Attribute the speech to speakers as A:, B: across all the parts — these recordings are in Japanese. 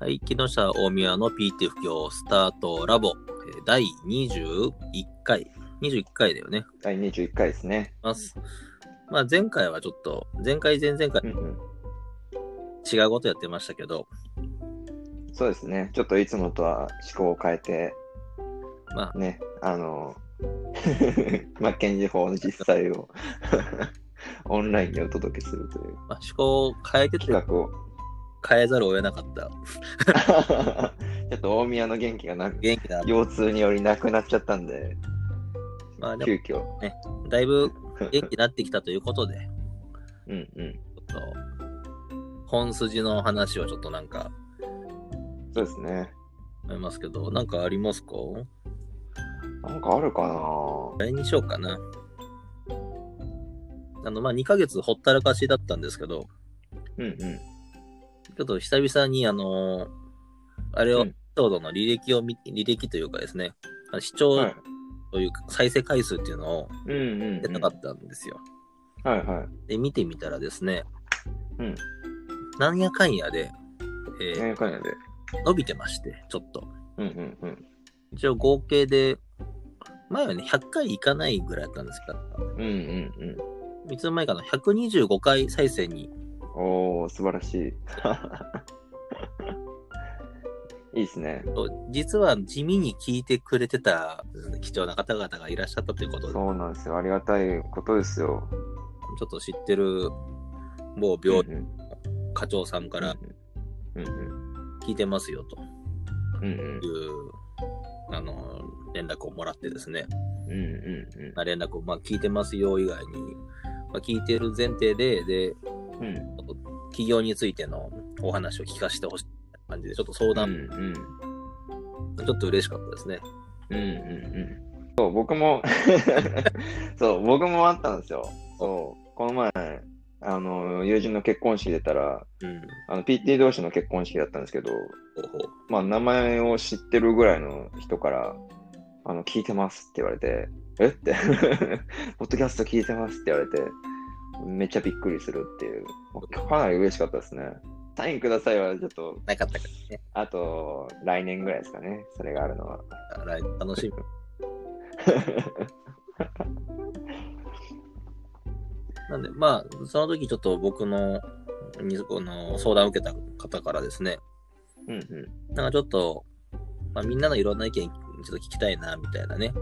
A: はい、木下大宮の PT 不況スタートラボ、えー第21回、21回だよね。
B: 第21回ですね。
A: ます。まあ、前回はちょっと、前回、前々回
B: うんうん、
A: 違うことやってましたけど、
B: そうですね。ちょっといつもとは思考を変えて、
A: まあ、
B: ね、あの、 マッケンジー法の実際を オンラインでお届けするという
A: まあ、思考を変えてて
B: 企画を。
A: 変えざるを得なかった。
B: ちょっと大宮の元気がなく、
A: 元気な、
B: 腰痛によりなくなっちゃったんで、
A: まあで
B: 急
A: も
B: 遽。
A: だいぶ元気になってきたということで、
B: うんうん。
A: ちょっと本筋の話をちょっとなんか
B: そうですね。
A: 思いますけど、なんかありますか
B: なんかあるか
A: あ
B: な
A: れにしようかな。あの、まあ、2ヶ月ほったらかしだったんですけど、
B: うんうん。
A: ちょっと久々に、あのーあれを、
B: うん
A: エピソードの履歴を見、履歴というかですね、あの視聴
B: はい。
A: というか、再生回数っていうのを
B: うんうん、
A: 出
B: う。
A: なんか
B: はい
A: ったんですよ。
B: は
A: で、見てみたらですね、
B: うん
A: なんやかんやで、え
B: い。
A: ー
B: なんやかんやで。
A: 伸びてまして、ちょっと。
B: うんうんうん。
A: 一応合計で、前はね、100回いかないぐらいだったんですけど、
B: うんうんうん。
A: いつの間にかの125回再生に
B: おお、素晴らしい。いいですね。
A: 実は地味に聞いてくれてたうん貴重な方々がいらっしゃったということで、ち
B: そうなんですよ。ありがたいことですよ。
A: ょっと知ってる某
B: うんう
A: 病院
B: ん
A: の課長さんから
B: うんうん
A: 聞いてますよと
B: うんうん
A: いう、あの連絡をもらってですね、
B: うんうん
A: まあ連絡を、まあ、聞いてますよ以外に、まあ、聞いてる前提で、で、
B: うんうん
A: 企業についてのお話を聞かせてほしい感じで、ちょっと相
B: うん
A: 談、ちょっと嬉しかったですね。
B: うんうんそう、僕もそう、僕もあったんですよ。そう、この前、あの友人の結婚式出たら、
A: うん。
B: あの PT 同士の結婚式だったんですけど、
A: ほうほう
B: まあ、名前を知ってるぐらいの人から、あの、聞いてますって言われて、えって、 ポッドキャスト聞いてますって言われて、めっちゃびっくりするっていう、かなり嬉しかったですね。サインくださいはちょっと、
A: なかったからね
B: あと、来年ぐらいですかね、それがあるのは。
A: あら。楽しみ。なんで、まあ、その時ちょっと僕の、にこの相談を受けた方からですね、
B: うん
A: なんかちょっと、まあ、みんなのいろんな意見ちょっと聞きたいな、みたいなね、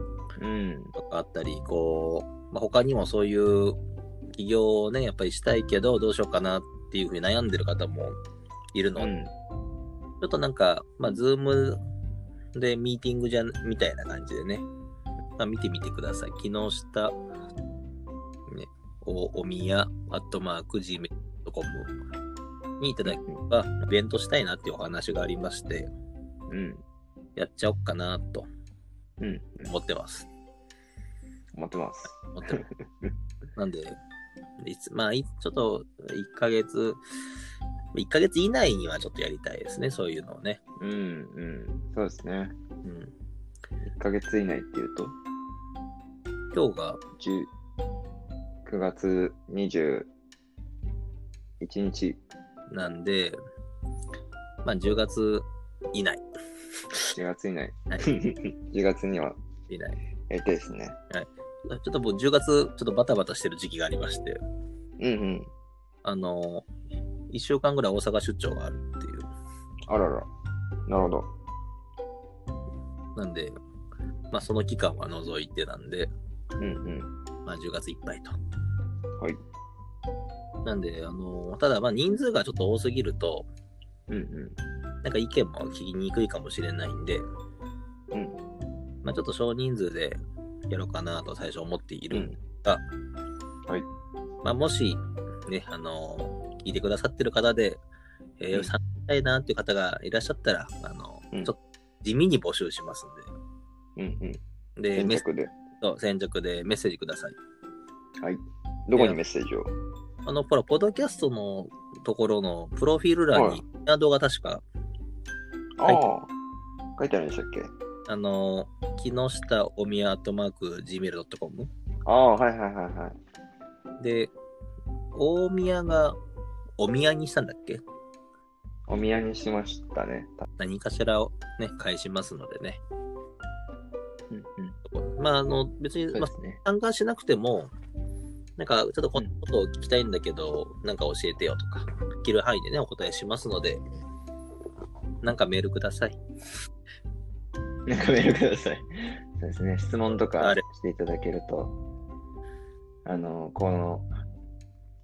B: うん。うん。
A: とかあったり、こう、まあ、他にもそういう起業をね、やっぱりしたいけど、どうしようかなっていうふうに悩んでる方もいるの
B: う
A: で、
B: ん。
A: ちょっとなんか、まあ、ズームでミーティングじゃ、みたいな感じでね、まあ、見てみてください。木下、ね、お、おみや、アットマーク、gmail.com にいただければ、イベントしたいなっていうお話がありまして、
B: うん。
A: やっちゃおっかなと
B: うん。
A: 思ってます。
B: 思ってます。
A: 思ってます。なんで、いつ、まあ、いちょっと、1ヶ月、1ヶ月以内にはちょっとやりたいですね、そういうのをね。
B: うんうん。そうですね。
A: うん。
B: 1ヶ月以内っていうと、
A: 今日が、
B: 10 9月21日。
A: なんで、まあ、10月以内。
B: 10月以内。
A: はい
B: 10月には
A: 以内。
B: やりたいですね。
A: ちょっともう10月、ちょっとバタバタしてる時期がありまして、
B: うんうん。
A: あの、1週間ぐらい大阪出張があるっていう。
B: あらら。なるほど。
A: なんで、まあ、その期間は除いてなんで、
B: うんうん。
A: まあ、10月いっぱいと。
B: はい。
A: なんで、あの、ただ、まあ、人数がちょっと多すぎると、
B: うんうん。
A: なんか意見も聞きにくいかもしれないんで、
B: うん
A: まあ、ちょっと少人数でやろうかなと最初思っているんで
B: はい。
A: まあ、もし、ね、あの聞いてくださってる方で、えー、
B: うん
A: 参加したいなっていう方がいらっしゃったら、あの
B: うん
A: ちょっと地味に募集します
B: うんうん。
A: んで、で、
B: 連
A: メッセ
B: 絡で。
A: ージ先着でメッセージください。
B: はい。どこにメッセージを
A: あの、ほら、ポッドキャストのところのプロフィール欄
B: は
A: に
B: い、
A: ワードが確か、
B: あ
A: はい
B: あ。書いてあるんでしたっけ
A: あの木下おみやアットマーク Gmail.com
B: ああ、はいはいはいはい。
A: で、大宮がお宮にしたんだっけ
B: あお宮にしましたね。
A: 何かしらをね、返しますのでね。
B: うんうん。
A: まあ、あの、別に、
B: そう
A: ま
B: で
A: あ、
B: すね。
A: 参加しなくても、なんか、ちょっとこんなことを聞きたいんだけど、なんか教えてよとか、できる範囲でね、お答えしますので、なんかメールください。
B: なんかメールください。そうですね。質問とか
A: あれ
B: していただけると、あの、この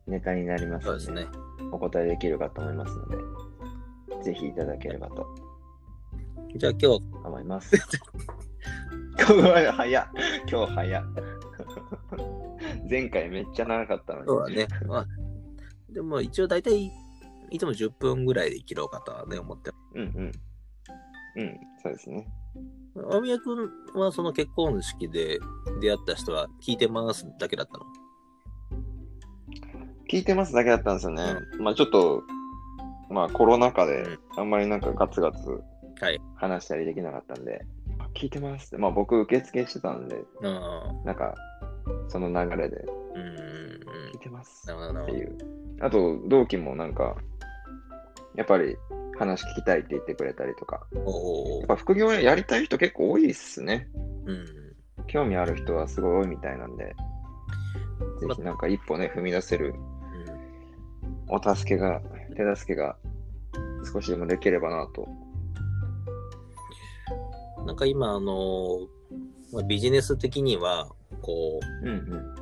B: ネタになります
A: そう
B: の
A: ですね。
B: お答えできるかと思いますので、ぜひいただければと
A: じゃあ今日、
B: 思います。 今日は早っ今日早っ 前回めっちゃ長かったのに。
A: 今日はね、まあ、でも一応大体、いつも10分ぐらいで切ろうかとはね、思って。
B: うんうん。うん、そうですね。
A: 大宮君はその結婚式で出会った人は聞いてますだけだったの。
B: 聞いてますだけだったんですよね。まあちょっと、まあコロナ禍で
A: うん
B: あんまりなんかガツガツ
A: はい。
B: 話したりできなかったんで、あ聞いてますって、まあ僕受付してたんで、
A: うん。
B: なんかその流れで
A: うんうん
B: 聞いてます
A: なるほどな
B: っ
A: る
B: て
A: ほど
B: いう。あと同期もなんか、やっぱり話聞きたいって言ってくれたりとか、
A: お
B: や
A: ー
B: っぱ副業やりたい人結構多いっすね。
A: うん。
B: 興味ある人はすごい多いみたいなんで、ぜ
A: ま
B: ひなんか一歩ね、踏み出せる
A: うん
B: お助けが、手助けが少しでもできればなと。
A: なんか今、あのまあビジネス的には、こう、
B: うん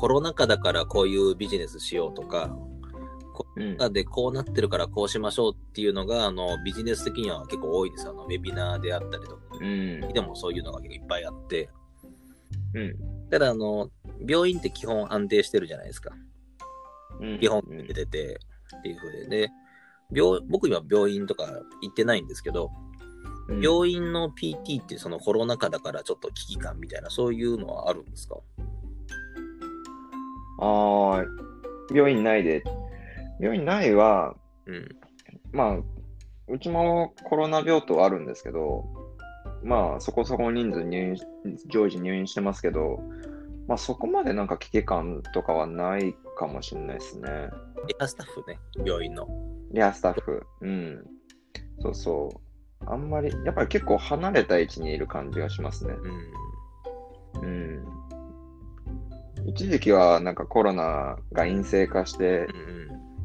A: コロナ禍だからこういうビジネスしようとか、
B: うん。うん、
A: でこうなってるからこうしましょうっていうのが、あの、ビジネス的には結構多いです。あの、ウェビナーであったりとか、
B: うん。
A: でもそういうのが結構いっぱいあって、
B: うん。
A: ただ、あの、病院って基本安定してるじゃないですか。
B: うん。
A: 基本
B: うん
A: 出てて、っていう風で、で病僕今病院とか行ってないんですけど、
B: うん
A: 病院の PT ってそのコロナ禍だからちょっと危機感みたいな、そういうのはあるんですか
B: ああ、病院内で。病院内は、
A: うん。
B: まあ、うちもコロナ病棟あるんですけど、まあ、そこそこ人数入院し、常時入院してますけど、まあ、そこまでなんか危機感とかはないかもしれないですね。
A: エアスタッフね、病院の。
B: レアスタッフ。うん。そうそう。あんまり、やっぱり結構離れた位置にいる感じがしますね。
A: うん。
B: うん。一時期はなんかコロナが陰性化し
A: うん
B: て
A: うん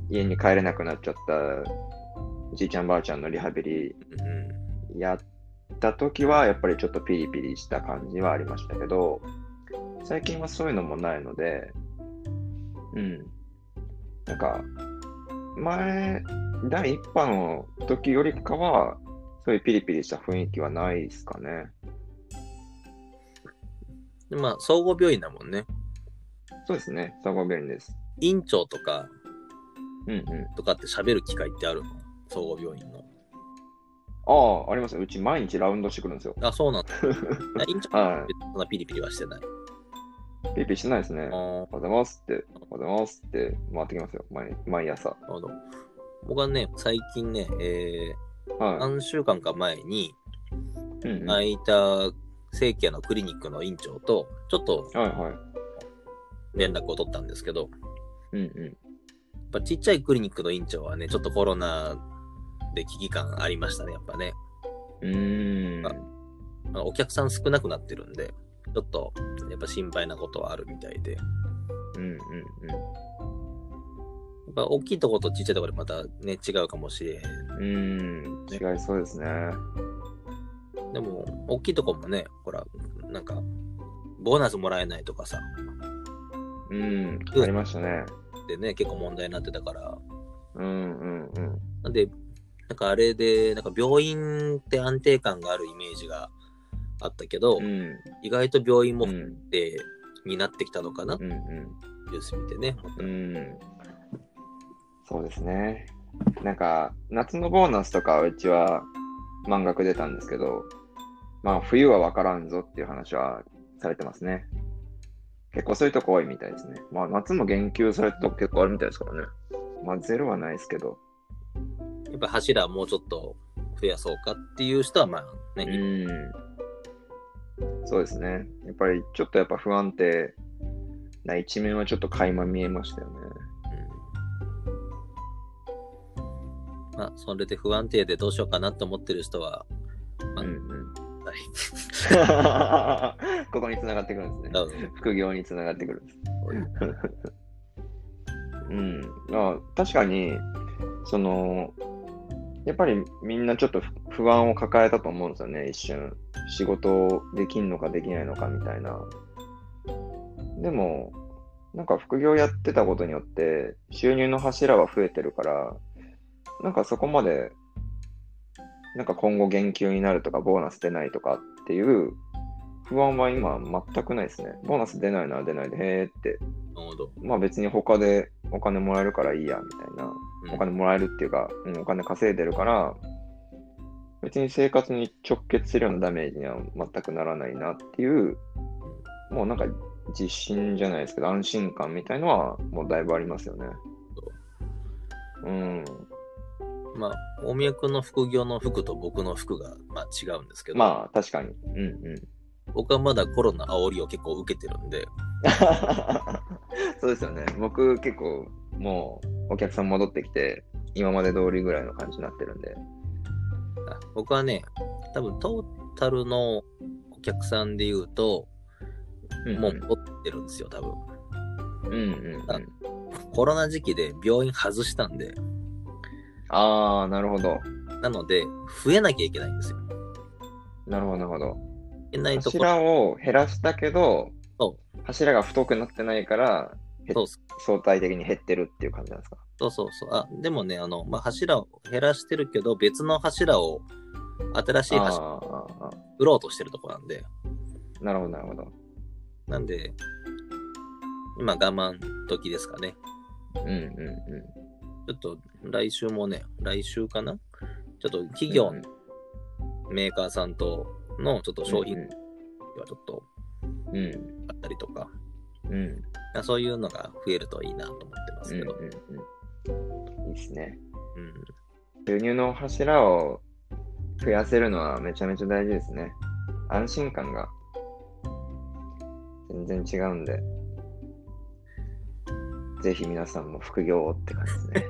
B: 家に帰れなくなっちゃったじいちゃんばあちゃんのリハビリ
A: うんう
B: やった時はやっぱりちょっとピリピリした感じはありましたけど、最近はそういうのもないので、うん。なんか、前、第1波の時よりかは、そういうピリピリした雰囲気はないですかね。
A: んで。まあ、総合病院だもんね。
B: そうですね。総合病院です。
A: 院長とか、
B: うんうん。
A: とかって喋る機会ってあるの総合病院の。
B: ああ、ありますよ。うち毎日ラウンドしてくるんですよ。
A: あ、そう なんだ。あ院長
B: は
A: そんなピリピリは してない。
B: い。ピリピリしてないですね。
A: あ
B: お
A: ー
B: はようございますって、おはようございますって回ってきますよ。毎毎朝。
A: なるほど。僕はね、最近ね、えー、
B: は
A: 何週間か前に、
B: い。うんうん、はい
A: 空いた正規のクリニックの院長と、ちょっと
B: は
A: 連絡を取ったんですけど、
B: い。うんうん。
A: やっぱちっちゃいクリニックの院長はね、ちょっとコロナで危機感ありましたね、やっぱね。
B: うーん。
A: あのお客さん少なくなってるんで、ちょっとやっぱ心配なことはあるみたいで、や
B: うんうん
A: っぱ大きいとことちっちゃいとこでまたね、違うかもしれへん。
B: うん。うーん。違いそうですね。
A: でも、大きいとこもね、ほら、なんか、ボーナスもらえないとかさ、
B: うん。
A: うん
B: ありましたね。
A: でね、結構問題になってたから、
B: うんうんうん。
A: なんで、なんかあれで、なんか病院って安定感があるイメージがあったけど、
B: うん。
A: 意外と病院
B: う
A: も不
B: ん
A: 定になってきたのかなって
B: うん
A: ニュース見てね。
B: うん。うん。そうですね。なんか、夏のボーナスとかはうちは満額出たんですけど、まあ、冬は分からんぞっていう話はされてますね。結構そういうとこ多いみたいですね。まあ、夏も言及されたとこ結構あるみたいですからね。まあ、ゼロはないですけど。
A: やっぱ柱もうちょっと増やそうかっていう人は、まあね、
B: うん。そうですね。やっぱりちょっとやっぱ不安定な一面はちょっと垣間見えましたよね。
A: うんまあ、それで不安定でどうしようかなと思ってる人は、
B: うんうん。
A: はい
B: ここに繋がってくるんですね。
A: 多分
B: 副業につながってくるんです。うん、あ確かにそのやっぱりみんなちょっと不不安を抱えたと思うんですよね一瞬仕事できんのかできないのかみたいなでもなんか副業やってたことによって収入の柱は増えてるからなんかそこまでなんか今後減給になるとかボーナス出ないとかっていう不安は今全くないですねボーナス出ないなら出ないでへーって
A: なるほど。
B: まあ別に他でお金もらえるからいいやみたいな、
A: うん
B: お金もらえるっていうか、うん、お金稼いでるから、別に生活に直結するようなダメージには全くならないなっていう、もうなんか自信じゃないですけど、安心感みたいのはもうだいぶありますよね。うん。
A: まあ、大宮君の副業の服と僕の服が、まあ、違うんですけど、
B: まあ確かに。うんうん。
A: 僕はまだコロナ煽りを結構受けてるんで、
B: そうですよね。僕結構もうお客さん戻ってきて、今まで通りぐらいの感じになってるんで。
A: あ僕はね、多分トータルのお客さんで言うと、
B: んん
A: もう持ってるんですよ、多分。
B: うんうんうん。
A: コロナ時期で病院外したんで、
B: ああ、なるほど。
A: なので、増えなきゃいけないんですよ。
B: なるほど、なるほど。
A: いけないところ、
B: 柱を減らしたけど
A: そ、
B: 柱が太くなってないから、へ
A: そうっす
B: 相対的に減ってるっていう感じなんですか。
A: そうそうそう。あ、でもね、あの、まあ、柱を減らしてるけど、別の柱を、新しい
B: あ
A: 柱を
B: ーあーあ
A: 売ろうとしてるとこなんで、
B: ー、なるほど、なるほど。
A: なんで、今我慢時ですかね。
B: うんうんう
A: ちょっと来週もね、来週かなちょっと
B: ん。
A: 企業
B: うんう
A: の
B: ん
A: メーカーさんとのちょっと商品
B: うん
A: がちょっと
B: うん。
A: あったりとか、
B: うんうん
A: そういうのが増えるといいなと思ってま
B: う
A: す
B: ん
A: けど、
B: うん。いいですね。
A: うん、
B: 収入の柱を増やせるのはめちゃめちゃ大事ですね。安心感が全然違うんで、ぜひ皆さんも副業をって感じですね。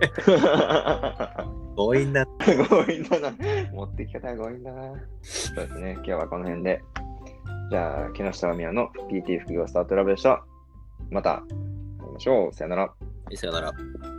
A: 強引な、
B: 強引だな。持ってき方が強引だな。そうですね。今日はこの辺で。じゃあ、木下亜美也の PT 副業スタートラブでした。また会いましょう。さよなら。
A: さよなら。